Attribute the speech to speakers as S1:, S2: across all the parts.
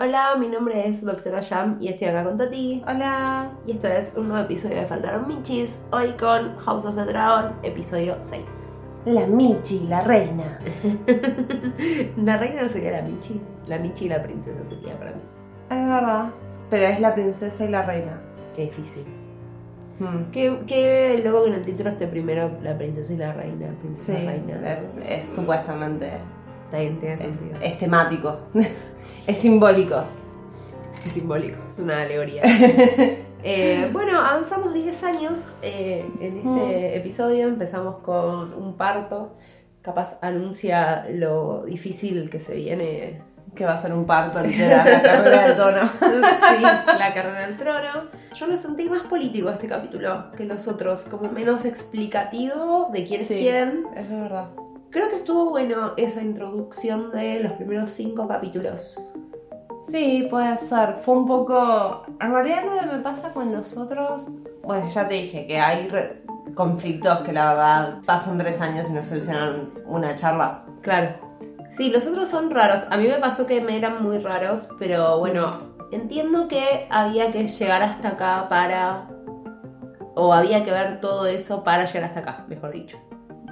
S1: Hola, mi nombre es Doctora Jam y estoy acá con Tati.
S2: Hola.
S1: Y esto es un nuevo episodio de Faltaron Michis, hoy con House of the Dragon, episodio 6.
S2: La Michi, la reina.
S1: la reina no sería la Michi, la Michi y la princesa sería para mí.
S2: Es verdad. Pero es la princesa y la reina.
S1: Qué difícil.
S2: Hmm.
S1: Qué, qué loco que en el título esté primero la princesa y la reina,
S2: Sí,
S1: princesa reina.
S2: es, es supuestamente.
S1: Está bien, tiene
S2: Es,
S1: sentido.
S2: es temático. es simbólico.
S1: Es simbólico, es una alegoría. Eh, bueno, avanzamos 10 años eh, en este episodio, empezamos con un parto, capaz anuncia lo difícil que se viene
S2: Que va a ser un parto literal, la carrera de tono.
S1: sí, la carrera al trono. Yo lo sentí más político este capítulo que los otros, como menos explicativo de quién
S2: Sí.
S1: es quién.
S2: Es verdad.
S1: Creo que estuvo bueno esa introducción de los primeros 5 capítulos.
S2: Sí, puede ser. Fue un poco. En realidad lo que me pasa con los otros. Bueno, ya te dije que hay re- conflictos que la verdad pasan tres años y no solucionan una charla.
S1: Claro. Sí, los otros son raros. A mí me pasó que me eran muy raros, pero bueno, entiendo que había que llegar hasta acá para... O había que ver todo eso para llegar hasta acá, mejor dicho.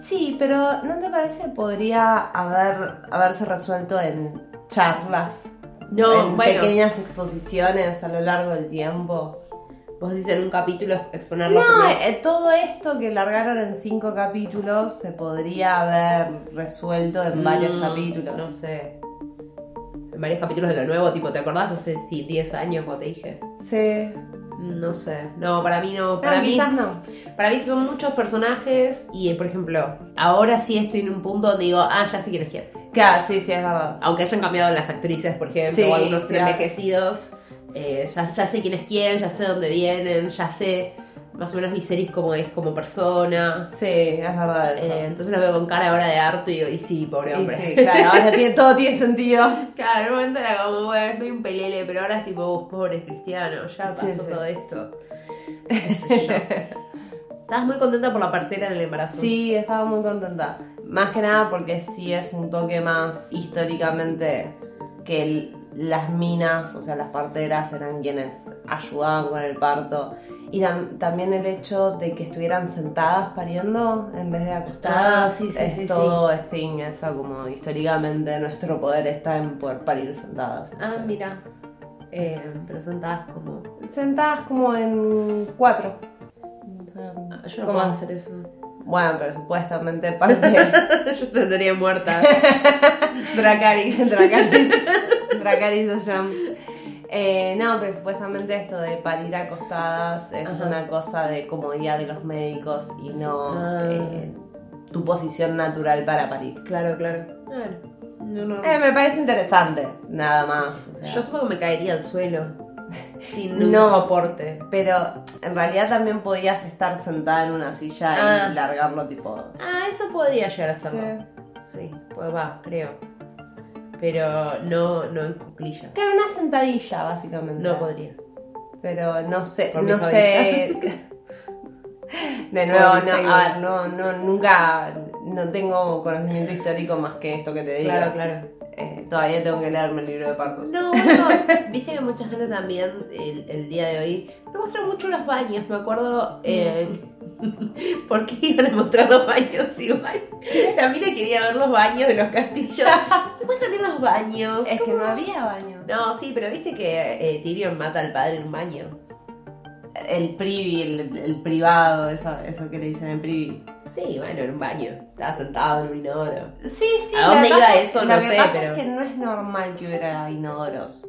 S2: Sí, pero ¿no te parece podría haber haberse resuelto en charlas,
S1: No,
S2: en
S1: bueno,
S2: pequeñas exposiciones a lo largo del tiempo?
S1: vos dices en un capítulo exponerlo.
S2: No, eh, todo esto que largaron en cinco capítulos se podría haber resuelto en varios
S1: Mm,
S2: capítulos.
S1: No sé. En varios capítulos de lo nuevo, tipo, ¿te acordás hace sí, 10 años cuando te dije?
S2: Sí.
S1: No sé. No, para mí no.
S2: No,
S1: Para mí,
S2: quizás no.
S1: para mí son muchos personajes y, eh, por ejemplo, ahora sí estoy en un punto donde digo, ah, ya sé quién es quién.
S2: Claro, sí, sí, es verdad.
S1: Aunque hayan cambiado las actrices, por ejemplo,
S2: Sí,
S1: o algunos
S2: sí.
S1: envejecidos, eh, ya, ya sé quién es quién, ya sé dónde vienen, ya sé más o menos Viserys cómo es como persona.
S2: Sí, es verdad eso.
S1: Eh, entonces los veo con cara ahora de harto y digo, y sí, pobre
S2: y
S1: hombre.
S2: sí, claro, ahora tiene, todo tiene sentido.
S1: Claro, en un momento era como, bueno, soy un pelele, pero ahora es tipo, vos pobres cristianos, ya pasó
S2: Sí, sí.
S1: todo esto. Qué sé yo. Estabas muy contenta por la partera en el embarazo.
S2: Sí, estaba muy contenta. Más que nada porque sí es un toque más históricamente que el- las minas, o sea, las parteras eran quienes ayudaban con el parto. Y tam- también el hecho de que estuvieran sentadas pariendo en vez de acostadas.
S1: Ah, sí, sí,
S2: es
S1: sí, sí.
S2: todo es thing, eso como históricamente nuestro poder está en poder parir sentadas.
S1: Ah,
S2: o sea.
S1: mira. Eh, pero sentadas como.
S2: Sentadas como en cuatro.
S1: o sea, "Ah, yo no
S2: ¿Cómo?
S1: puedo hacer eso.
S2: Bueno, pero supuestamente parte...
S1: Yo estaría muerta. Dracaris.
S2: Dracaris. Dracaris Ollán. Eh, no, pero supuestamente esto de parir acostadas es
S1: Ajá.
S2: una cosa de comodidad de los médicos y no
S1: Ah.
S2: eh, tu posición natural para parir.
S1: Claro, claro. Bueno, no, no.
S2: Eh, me parece interesante, nada más. o sea.
S1: Yo supongo que me caería al suelo. Sin un
S2: No.
S1: soporte.
S2: Pero en realidad también podías estar sentada en una silla
S1: Ah.
S2: y largarlo tipo...
S1: Ah, eso podría llegar a serlo. Sí, pues va, creo. Pero no, no en cuclillas.
S2: Que una sentadilla, básicamente.
S1: No podría.
S2: Pero no sé,
S1: Por mi
S2: no sé. De nuevo,
S1: Por mi
S2: no, a
S1: Facebook.
S2: ver, no, no, nunca, no tengo conocimiento histórico más que esto que te digo.
S1: Claro, claro.
S2: Eh, todavía tengo que leerme el libro de partos.
S1: No, bueno, viste que mucha gente también el, el día de hoy no muestra mucho los baños. Me acuerdo.
S2: Mm.
S1: eh, ¿Por qué iban a mostrar los baños igual? La mina quería ver los baños de los castillos. Muestran bien los baños.
S2: Es que no había baños.
S1: No, sí, pero viste que eh, Tyrion mata al padre en un baño.
S2: El privy, el, el privado, eso, eso que le dicen el privy.
S1: Sí, bueno, en un baño. Estaba sentado en un inodoro.
S2: Sí, sí.
S1: ¿A
S2: lo
S1: dónde
S2: que
S1: iba
S2: pasa-
S1: eso?
S2: Lo
S1: No
S2: que
S1: sé,
S2: pasa
S1: pero-
S2: es que no es normal que hubiera inodoros.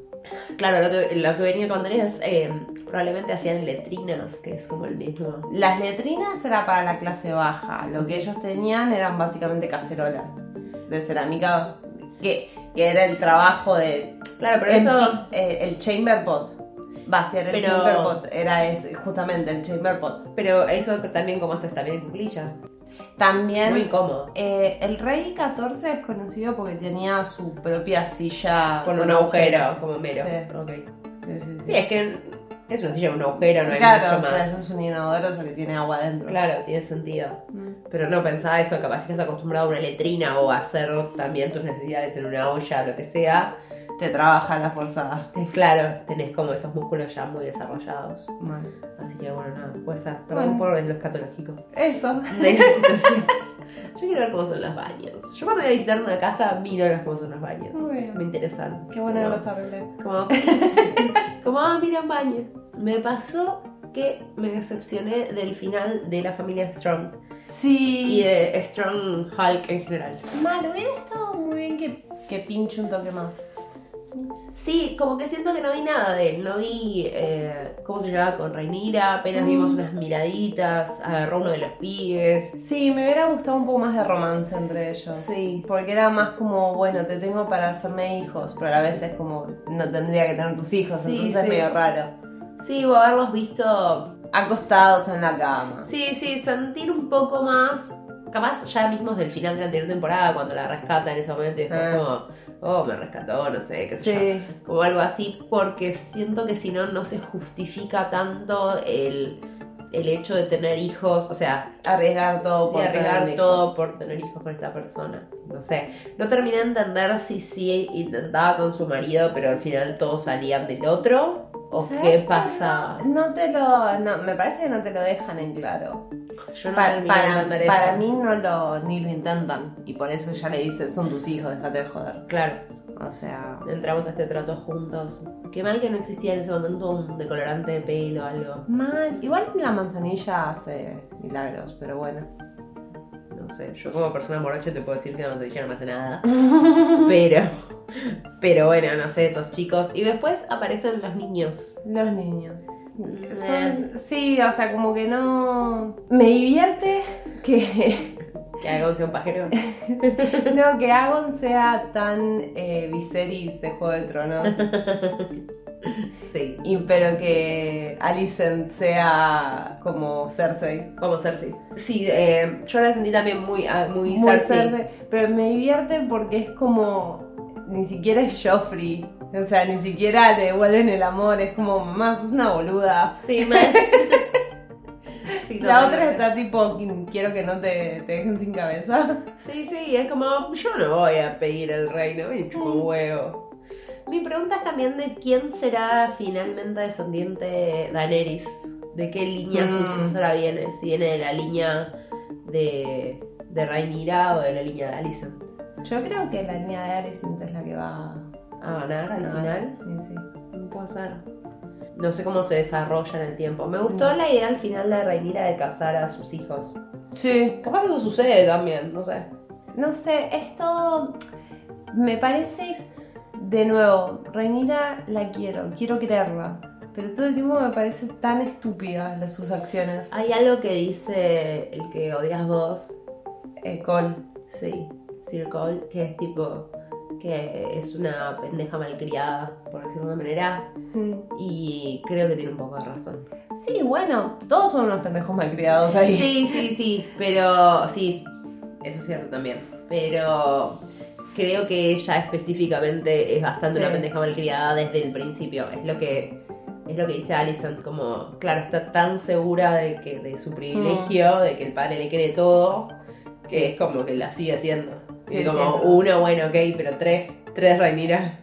S1: Claro, lo que, lo que venía con es eh, probablemente hacían letrinas, que es como el mismo.
S2: Las letrinas era para la clase baja. Lo que ellos tenían eran básicamente cacerolas de cerámica, que, que era el trabajo de.
S1: Claro, pero
S2: empty-
S1: eso-
S2: eh, el chamber pot. Vaciar el
S1: Pero-
S2: chamber pot. Era es, justamente el chamber pot.
S1: Pero eso también como haces también en cuclillas.
S2: También.
S1: Muy incómodo.
S2: eh, el rey 14 es conocido porque tenía su propia silla
S1: Con un agujero, como mero.
S2: Sí.
S1: Ok.
S2: Sí, sí, sí.
S1: Sí, es que es una silla con un agujero, no hay
S2: claro,
S1: mucho
S2: o sea,
S1: más.
S2: eso es un inodoro solo que tiene agua dentro.
S1: Claro, tiene sentido.
S2: Mm.
S1: Pero no pensaba eso, capaz si estás acostumbrado a una letrina o a hacer también tus necesidades en una olla, lo que sea.
S2: te trabaja la forzada.
S1: Claro, tenés como esos músculos ya muy desarrollados.
S2: Bueno,
S1: Así que bueno, nada, puede ser. Perdón
S2: Bueno.
S1: por lo escatológico.
S2: eso.
S1: de la situación. Yo quiero ver cómo son los baños. Yo cuando voy a visitar una casa, miro los cómo son los baños.
S2: Muy bien.
S1: Me interesan.
S2: Qué bueno que
S1: Como-
S2: los arreglé.
S1: Como, como ah, mira un baño. Me pasó que me decepcioné del final de la familia Strong y
S2: Sí.
S1: de Strong Hulk en general.
S2: Mal, hubiera estado muy bien que, que pinche un toque más.
S1: Sí, como que siento que no vi nada de él. No vi eh, cómo se llevaba con Rhaenyra, apenas vimos unas miraditas, agarró uno de los pibes.
S2: Sí, me hubiera gustado un poco más de romance entre ellos.
S1: Sí.
S2: Porque era más como, bueno, te tengo para hacerme hijos, pero a veces como no tendría que tener tus hijos,
S1: Sí,
S2: entonces
S1: sí.
S2: es medio raro.
S1: Sí, o haberlos visto
S2: Acostados en la cama.
S1: Sí, sí, sentir un poco más. Capaz ya mismos del final de la anterior temporada, cuando la rescata en ese momento, y después
S2: Ah.
S1: como, oh, me rescató, no sé, qué sé yo.
S2: Sí.
S1: Como algo así, porque siento que si no, no se justifica tanto el, el hecho de tener hijos, o sea,
S2: Arriesgar todo
S1: de
S2: por
S1: arriesgar
S2: tener
S1: todo
S2: hijos.
S1: por tener hijos con esta persona. No sé, no terminé de entender si sí intentaba con su marido, pero al final todos salían del otro, o
S2: ¿Sabes
S1: qué
S2: que
S1: pasaba.
S2: No, te lo. No, me parece que no te lo dejan en claro.
S1: Yo no
S2: Pa-
S1: terminé de
S2: para,
S1: entender
S2: para
S1: eso.
S2: mí no lo. ni lo intentan. Y por eso ya le dicen, son tus hijos, déjate de joder.
S1: Claro.
S2: O sea.
S1: entramos a este trato juntos. Qué mal que no existía en ese momento un decolorante de pelo o algo.
S2: Mal. Igual la manzanilla hace milagros, pero bueno.
S1: No sé, yo como persona morocha te puedo decir que la manzanilla no me hace nada. Pero, pero bueno, no sé, esos chicos. Y después aparecen los niños.
S2: Los niños.
S1: Eh,
S2: Son- sí, o sea, como que no. Me divierte que.
S1: Que haga un pajero.
S2: no, que Agon sea tan eh, Viserys de Juego de Tronos.
S1: Sí.
S2: Y, pero que Alicent sea como Cersei.
S1: Como Cersei. Sí, eh, yo la sentí también muy, ah, muy,
S2: Muy
S1: Cersei.
S2: Pero me divierte porque es como. Ni siquiera es Joffrey. O sea, ni siquiera le devuelven el amor. Es como, mamá, sos una boluda.
S1: Sí, mal. Sí,
S2: La
S1: totalmente.
S2: otra está tipo, quiero que no te, te dejen sin cabeza.
S1: Sí, sí, es como, yo no voy a pedir el reino, me chupo huevo. Mm. Mi pregunta es también de quién será finalmente descendiente de Daenerys. ¿De qué línea
S2: Mm.
S1: sucesora viene? Si viene de la línea de, de Rhaenyra o de la línea de Alicent.
S2: Yo creo que la línea de Alicent es la que va
S1: ¿A ganar
S2: a
S1: al final?
S2: Sí, sí.
S1: No puede ser. No sé cómo se desarrolla en el tiempo. Me gustó la idea al final de Rhaenyra de casar a sus hijos.
S2: Sí.
S1: Capaz eso sucede también, no sé.
S2: No sé, es todo. Me parece. De nuevo, Reinira la quiero, quiero creerla. Pero todo el tiempo me parece tan estúpida las- sus acciones.
S1: Hay algo que dice el que odias vos,
S2: Eh, Cole.
S1: Sí, Sir Cole, que es tipo que es una pendeja malcriada, por decirlo de una manera, y creo que tiene un poco de razón.
S2: Sí, bueno, todos son unos pendejos malcriados ahí.
S1: Sí, sí, sí, pero sí, eso es cierto también, pero creo que ella específicamente es bastante
S2: Sí.
S1: una pendeja malcriada desde el principio, es lo que es lo que dice Alison como, claro, está tan segura de que de su privilegio,
S2: Mm.
S1: de que el padre le cree todo, que es como que la sigue haciendo.
S2: Sí,
S1: Y como
S2: sí.
S1: uno, bueno, ok, pero tres, tres Rhaenyra.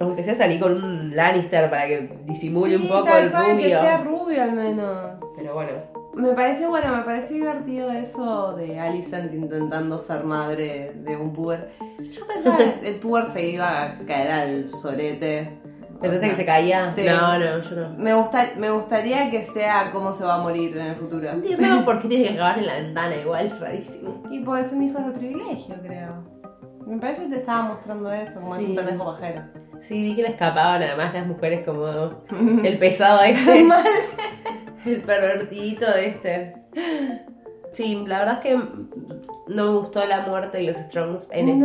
S1: Aunque sea salir con un Lannister para que disimule
S2: Sí,
S1: un poco
S2: tal
S1: el
S2: cual, que
S1: rubio.
S2: sea rubio al menos.
S1: Pero bueno,
S2: Me pareció bueno, me pareció divertido eso de Alicent intentando ser madre de un puber. Yo pensaba que el puber se iba a caer al sorete.
S1: ¿Pensaste que se caía?
S2: Sí.
S1: No, no, yo no.
S2: Me, gusta- me gustaría que sea cómo se va a morir en el futuro.
S1: No entiendo por qué tiene que acabar en la ventana, igual es rarísimo.
S2: Y porque son hijos de privilegio, creo. Me parece que te estaba mostrando eso, como es
S1: Sí.
S2: un pendejo pajero.
S1: Sí, vi que le escapaban además las mujeres como el pesado este. El pervertidito este. Sí, la verdad es que no me gustó la muerte de los Strongs en este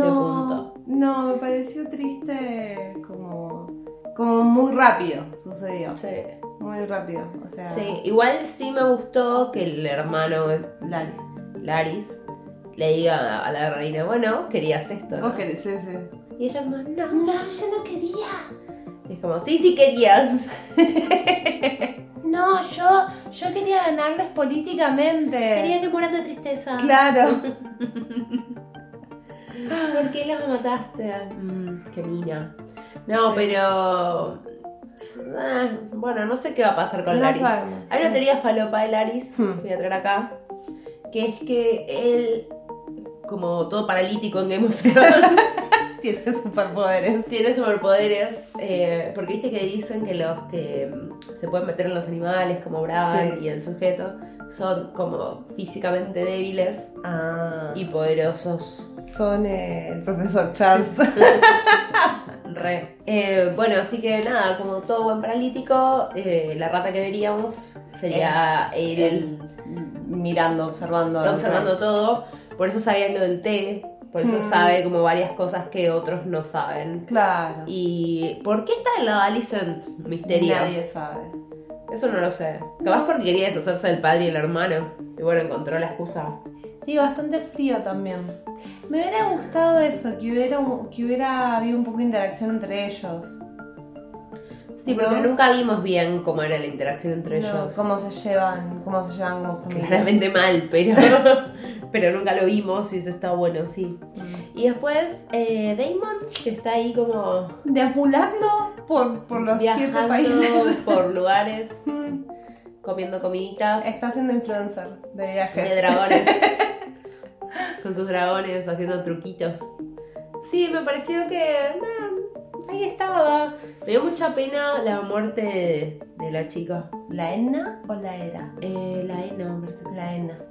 S1: punto.
S2: No, No, me pareció triste como, como muy rápido sucedió.
S1: Sí.
S2: Muy rápido. O sea,
S1: Sí, igual sí me gustó que el hermano
S2: Laris.
S1: Laris le diga a la reina, bueno, querías esto, ¿no?
S2: Vos querés ese.
S1: Y ella como, no.
S2: No, yo no quería.
S1: Y es como, sí, sí querías.
S2: No, yo, yo quería ganarles políticamente.
S1: Quería que mueran de tristeza.
S2: Claro.
S1: ¿Por qué la mataste? Mm, qué mina. No,
S2: Sí.
S1: pero. eh, bueno, no sé qué va a pasar con
S2: No
S1: Laris.
S2: sabemos.
S1: Hay una teoría falopa de Laris,
S2: Hmm.
S1: voy a traer acá, que es que él, como todo paralítico en Game of Thrones,
S2: Tiene superpoderes.
S1: tiene superpoderes. eh, porque viste que dicen que los que mm, se pueden meter en los animales, como Bran
S2: Sí.
S1: y el sujeto, son como físicamente débiles
S2: Ah.
S1: y poderosos.
S2: son eh, el profesor Charles.
S1: Re. Eh, bueno, así que nada, como todo buen paralítico, eh, la rata que veríamos sería él,
S2: mirando, observando.
S1: está observando todo. Por eso sabía lo del té, por eso
S2: Hmm.
S1: sabe como varias cosas que otros no saben.
S2: Claro.
S1: ¿Y por qué está en la Alicent? Misterio.
S2: Nadie sabe.
S1: Eso no lo sé. Capaz porque quería deshacerse del padre y el hermano. Y bueno, encontró la excusa.
S2: Sí, bastante frío también. Me hubiera gustado eso, que hubiera, un- que hubiera habido un poco de interacción entre ellos.
S1: Sí, porque
S2: ¿No?
S1: nunca vimos bien cómo era la interacción entre
S2: No,
S1: ellos.
S2: Cómo se llevan, cómo se llevan como familia.
S1: Claramente mal, pero, pero nunca lo vimos y eso está bueno, sí. Y después eh, Damon, que está ahí como
S2: Deambulando por, por los siete
S1: viajando
S2: países.
S1: por lugares, comiendo comiditas
S2: Está siendo influencer de viajes.
S1: de dragones. con sus dragones, haciendo truquitos. Sí, me pareció que nah, ahí estaba. Me dio mucha pena la muerte de, de la chica.
S2: ¿La ENA o la ERA?
S1: Eh, la Ena, me parece que
S2: La ENA.
S1: es.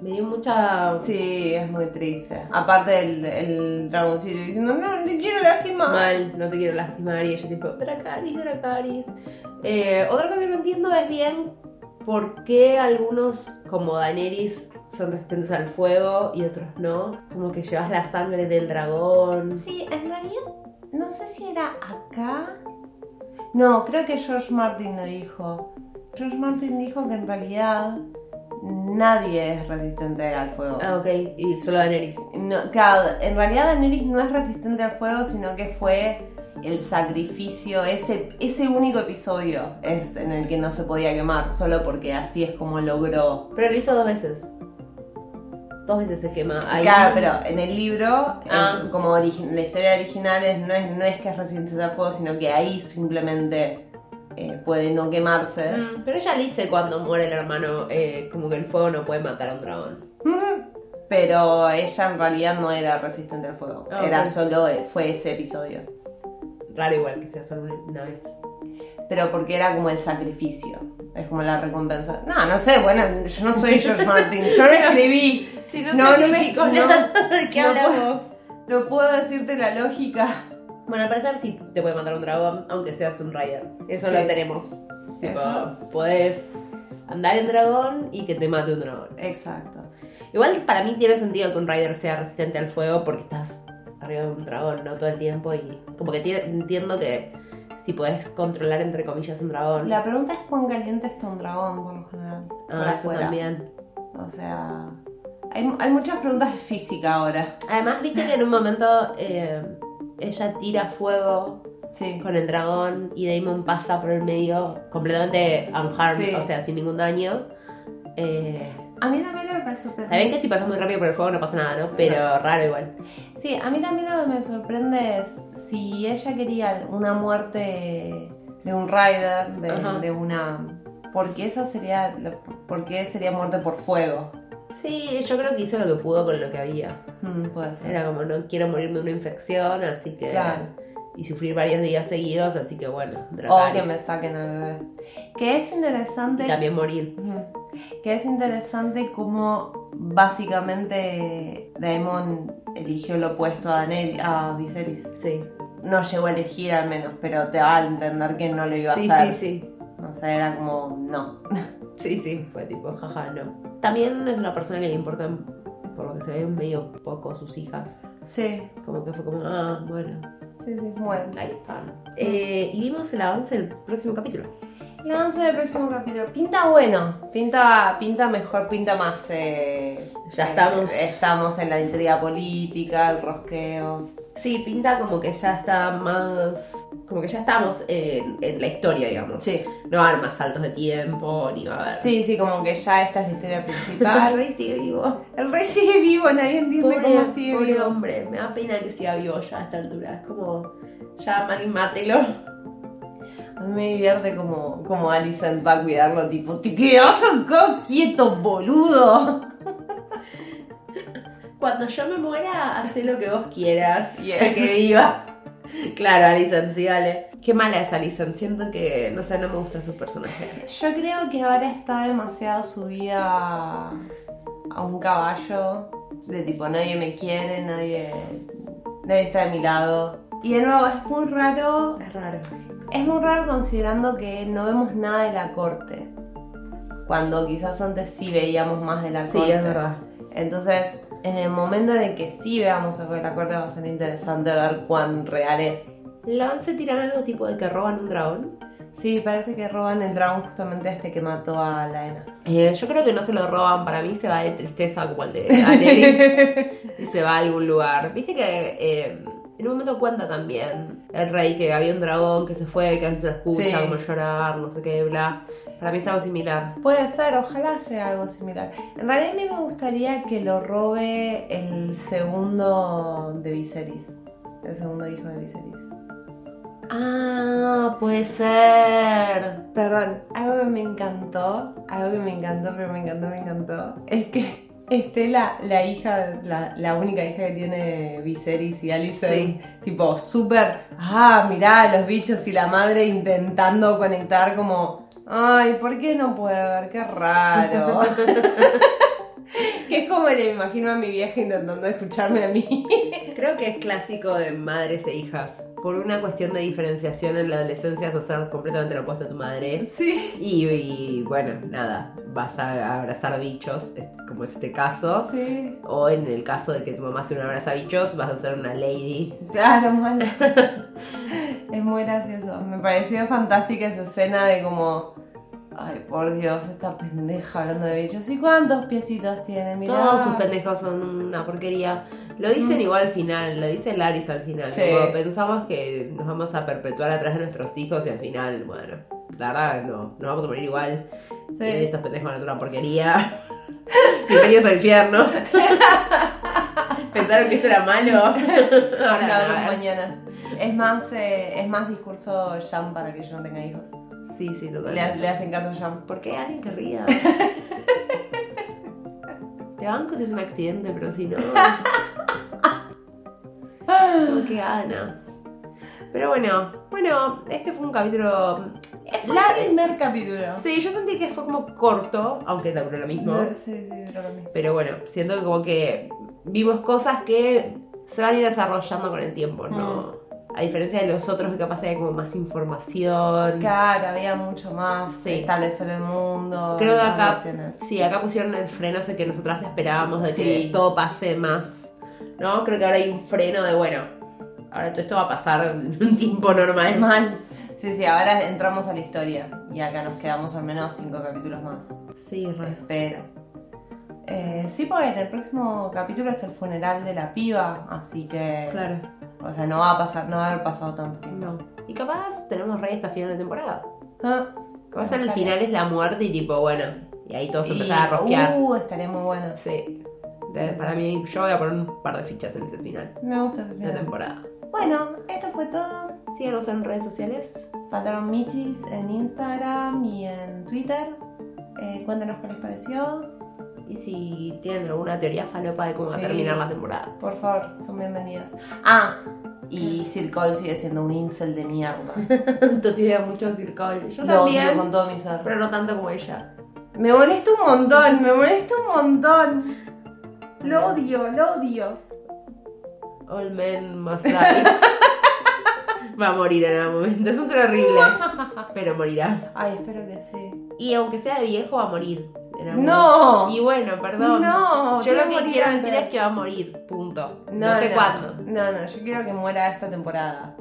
S1: Me dio mucha...
S2: Sí, es muy triste. Aparte el, el dragoncillo diciendo, no, te quiero lastimar.
S1: mal, no te quiero lastimar. Y ella tipo, Dracaris, Dracaris. Eh, otra cosa que no entiendo es bien por qué algunos, como Daenerys, son resistentes al fuego y otros no. Como que llevas la sangre del dragón.
S2: Sí, en realidad, no sé si era acá. No, creo que George Martin lo dijo. George Martin dijo que en realidad nadie es resistente al fuego.
S1: Ah, ok, y solo Daenerys.
S2: No, claro, en realidad Daenerys no es resistente al fuego, sino que fue el sacrificio, ese, ese único episodio es en el que no se podía quemar, solo porque así es como logró.
S1: Pero lo hizo dos veces. Dos veces se quema. Ahí.
S2: Claro, pero en el libro, es
S1: Ah.
S2: como origi- la historia original es, no, es, no es que es resistente al fuego, sino que ahí simplemente eh, puede no quemarse.
S1: Mm, pero ella le dice cuando muere el hermano, eh, como que el fuego no puede matar a un dragón.
S2: Pero ella en realidad no era resistente al fuego,
S1: Ah,
S2: era
S1: ok.
S2: solo, eh, fue ese episodio.
S1: Raro igual que sea solo una- una vez.
S2: Pero porque era como el sacrificio. Es como la recompensa. No, no sé, bueno, yo no soy George Martin. Yo no escribí.
S1: Si
S2: no No, no me- significó no. nada,
S1: ¿de
S2: No puedo, no puedo decirte la lógica.
S1: Bueno, al parecer sí te puede matar un dragón, aunque seas un rider. Eso
S2: Sí.
S1: lo tenemos. Tipo,
S2: Eso.
S1: podés andar en dragón y que te mate un dragón.
S2: Exacto.
S1: Igual para mí tiene sentido que un rider sea resistente al fuego porque estás arriba de un dragón, ¿no? Todo el tiempo y como que tiene- entiendo que si podés controlar entre comillas un dragón.
S2: La pregunta es cuán caliente está un dragón, por lo general. por
S1: Ah, eso
S2: afuera.
S1: también.
S2: O sea. Hay, hay muchas preguntas de física ahora.
S1: Además, viste que en un momento eh, ella tira fuego
S2: Sí.
S1: con el dragón y Damon pasa por el medio completamente unharmed,
S2: Sí.
S1: o sea, sin ningún daño. Eh,
S2: A mí también lo que me sorprende.
S1: está bien que si pasas muy rápido por el fuego no pasa nada, ¿no? Pero raro igual.
S2: Sí, a mí también lo que me sorprende es si ella quería una muerte de un rider,
S1: Ajá.
S2: de, de una... Porque esa sería, lo- porque sería muerte por fuego.
S1: Sí, yo creo que hizo lo que pudo con lo que había.
S2: Mm, puede ser.
S1: Era como, no quiero morirme de una infección, así que...
S2: Claro.
S1: Y sufrir varios días seguidos, así Oh, que bueno,
S2: O
S1: Dracarys.
S2: que me saquen al bebé. Que es
S1: Y
S2: interesante...
S1: también morir.
S2: Ujú. Que es interesante cómo básicamente Daemon eligió lo opuesto a, Daener- a Viserys.
S1: Sí.
S2: No llegó a elegir al menos, pero te va a entender que no lo iba a
S1: sí,
S2: hacer.
S1: sí, sí.
S2: O sea, era como, no.
S1: Sí, sí, fue tipo, jaja, no. También es una persona que le importan, por lo que se ve, medio poco sus hijas.
S2: Sí,
S1: Como que fue como, ah, bueno,
S2: sí, sí, bueno.
S1: Ahí están. Eh, y vimos el avance del próximo capítulo.
S2: El avance del próximo capítulo. Pinta bueno, pinta, pinta mejor, pinta más. eh,
S1: Ya
S2: eh,
S1: estamos.
S2: estamos en la intriga política, el rosqueo.
S1: Sí, pinta como que ya está más. Como que ya estamos en, en la historia, digamos.
S2: Sí.
S1: No van más saltos de tiempo, ni va a haber.
S2: Sí, sí, como que ya esta es la historia
S1: Ah, el
S2: principal.
S1: rey sigue vivo.
S2: El rey sigue vivo, nadie entiende cómo sigue
S1: pobre
S2: vivo.
S1: hombre, me da pena que siga vivo ya a esta altura. Es como. Ya, Mari, mátelo.
S2: A mí me divierte como, como Alicent va a cuidarlo, tipo, te quedas acá quieto, boludo.
S1: Cuando yo me muera, haz lo que vos quieras.
S2: Yes.
S1: Que viva. Claro, Alison, sí, dale. Qué mala es Alison. Siento que, no sé, no me gusta su personaje.
S2: Yo creo que ahora está demasiado subida a un caballo de tipo nadie me quiere, nadie, nadie está de mi lado. Y de nuevo, es muy raro,
S1: Es raro.
S2: es muy raro considerando que no vemos nada de la corte. Cuando quizás antes sí veíamos más de la
S1: Sí,
S2: corte.
S1: es verdad.
S2: Entonces, en el momento en el que sí veamos algo de la corte va a ser interesante ver cuán real es.
S1: Lance tiran algo tipo de que roban un dragón.
S2: Sí, parece que roban el dragón justamente a este que mató a Laena.
S1: Eh, yo creo que no se lo roban, para mí se va de tristeza como el de Daenerys y se va a algún lugar. Viste que eh, en un momento cuenta también el rey que había un dragón que se fue, que a veces se lo escucha
S2: Sí.
S1: como llorar, no sé qué, bla. Para mí es algo similar.
S2: Puede ser, ojalá sea algo similar. En realidad a mí me gustaría que lo robe el segundo de Viserys. El segundo hijo de Viserys.
S1: Ah, puede ser.
S2: Perdón, algo que me encantó, algo que me encantó, pero me encantó, me encantó, es que Estela, la hija, la, la única hija que tiene Viserys y
S1: Sí.
S2: Alicent, tipo súper, ah, mirá los bichos y la madre intentando conectar como, ay, ¿por qué no puede ver? Qué raro. que es como le imagino a mi vieja intentando escucharme a mí.
S1: Creo que es clásico de madres e hijas. Por una cuestión de diferenciación en la adolescencia, sos ser completamente lo opuesto a tu madre.
S2: sí.
S1: Y, y, bueno, nada, vas a abrazar bichos, es- como es este caso.
S2: Sí.
S1: O en el caso de que tu mamá sea una abraza bichos, vas a ser una lady.
S2: Claro, mal. Ah, es muy gracioso. Me pareció fantástica esa escena de como. Ay, por Dios, esta pendeja hablando de bichos. ¿Y cuántos piecitos tiene? Mirá. Mm.
S1: Todos sus pendejos son una porquería. Lo dicen igual al final, lo dice Laris al final.
S2: Sí.
S1: Como pensamos que nos vamos a perpetuar atrás de nuestros hijos y al final, bueno, la verdad no, nos vamos a morir igual.
S2: Sí.
S1: Eh, Estos pendejos van a ser una porquería. Bienvenidos al infierno. Pensaron que esto era malo. Ahora
S2: Habla
S1: van a
S2: de
S1: ver.
S2: mañana. Es más, eh, es más discurso Jam para que yo no tenga hijos.
S1: Sí, sí,
S2: Le,
S1: totalmente.
S2: le hacen caso a Jam.
S1: ¿Por qué alguien querría? Te banco si es un accidente, pero si no. Como que ganas. Pero bueno, bueno, este fue un capítulo.
S2: La primer capítulo.
S1: Sí, yo sentí que fue como corto, aunque duró lo mismo.
S2: No, sí, sí, creo lo mismo.
S1: Pero bueno, siento que como que vimos cosas que se van a ir desarrollando con el tiempo, ¿no?
S2: Mm.
S1: A diferencia de los otros, que capaz hay como más información.
S2: Claro, había mucho más.
S1: Sí.
S2: Establecer el mundo.
S1: Creo que
S2: las
S1: acá-
S2: relaciones.
S1: Sí, acá pusieron el freno ese que nosotras esperábamos de que
S2: Sí.
S1: todo pase más. ¿No? Creo que ahora hay un freno de, bueno, ahora todo esto va a pasar en un tiempo normal.
S2: Mal. Sí, sí, ahora entramos a la historia. Y acá nos quedamos al menos cinco capítulos más.
S1: Sí, re.
S2: Espero. Eh, sí, porque en el próximo capítulo es el funeral de la piba, así que.
S1: Claro.
S2: O sea, no va a pasar, no va a haber pasado tanto tiempo.
S1: No. Y capaz tenemos rey hasta final de temporada.
S2: Ah,
S1: Capaz al
S2: Ojalá.
S1: final es la muerte y tipo, bueno, y ahí todos
S2: y-
S1: empezaron a rosquear.
S2: Uh, estaría muy bueno.
S1: sí.
S2: Sí, sí.
S1: Para mí, yo voy a poner un par de fichas en ese final
S2: Me gusta ese
S1: de
S2: final.
S1: temporada.
S2: Bueno, esto fue todo.
S1: Síganos en redes sociales.
S2: Faltaron Michis en Instagram y en Twitter. Eh, cuéntenos qué les pareció.
S1: Y si tienen alguna teoría falopa de cómo va a
S2: Sí.
S1: terminar la temporada.
S2: Por favor, son bienvenidas. Ah, y Sir Cole sigue siendo un incel de mierda.
S1: Tanto tiene mucho circol. Yo
S2: Lo
S1: también.
S2: odio con todo mi ser.
S1: Pero no tanto como ella.
S2: Me molesta un montón, me molesta un montón. Lo odio, lo odio.
S1: All men must die. Va a morir en algún momento. Es un ser horrible. pero morirá.
S2: Ay, espero que sí.
S1: Y aunque sea de viejo, va a morir. en algún
S2: No.
S1: momento. Y bueno, perdón.
S2: No,
S1: Yo
S2: quiero
S1: lo que
S2: morir
S1: quiero
S2: antes.
S1: decir es que va a morir. Punto. No, sé cuándo.
S2: No, no, yo quiero que muera esta temporada.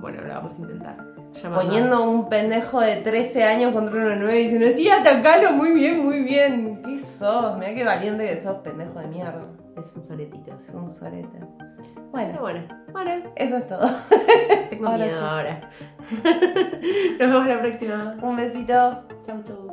S1: Bueno, lo vamos a intentar. Llamando.
S2: Poniendo un pendejo de 13 años contra uno de 9 y diciendo, sí, atacalo, muy bien, muy bien. ¿Qué sos? Mira qué valiente que sos, pendejo de mierda.
S1: Es un soletito.
S2: Es un solete.
S1: Pero
S2: Bueno,
S1: bueno, bueno,
S2: eso es todo.
S1: tengo
S2: Ahora
S1: miedo
S2: sí.
S1: ahora. Nos vemos la próxima.
S2: Un besito.
S1: Chau, chau.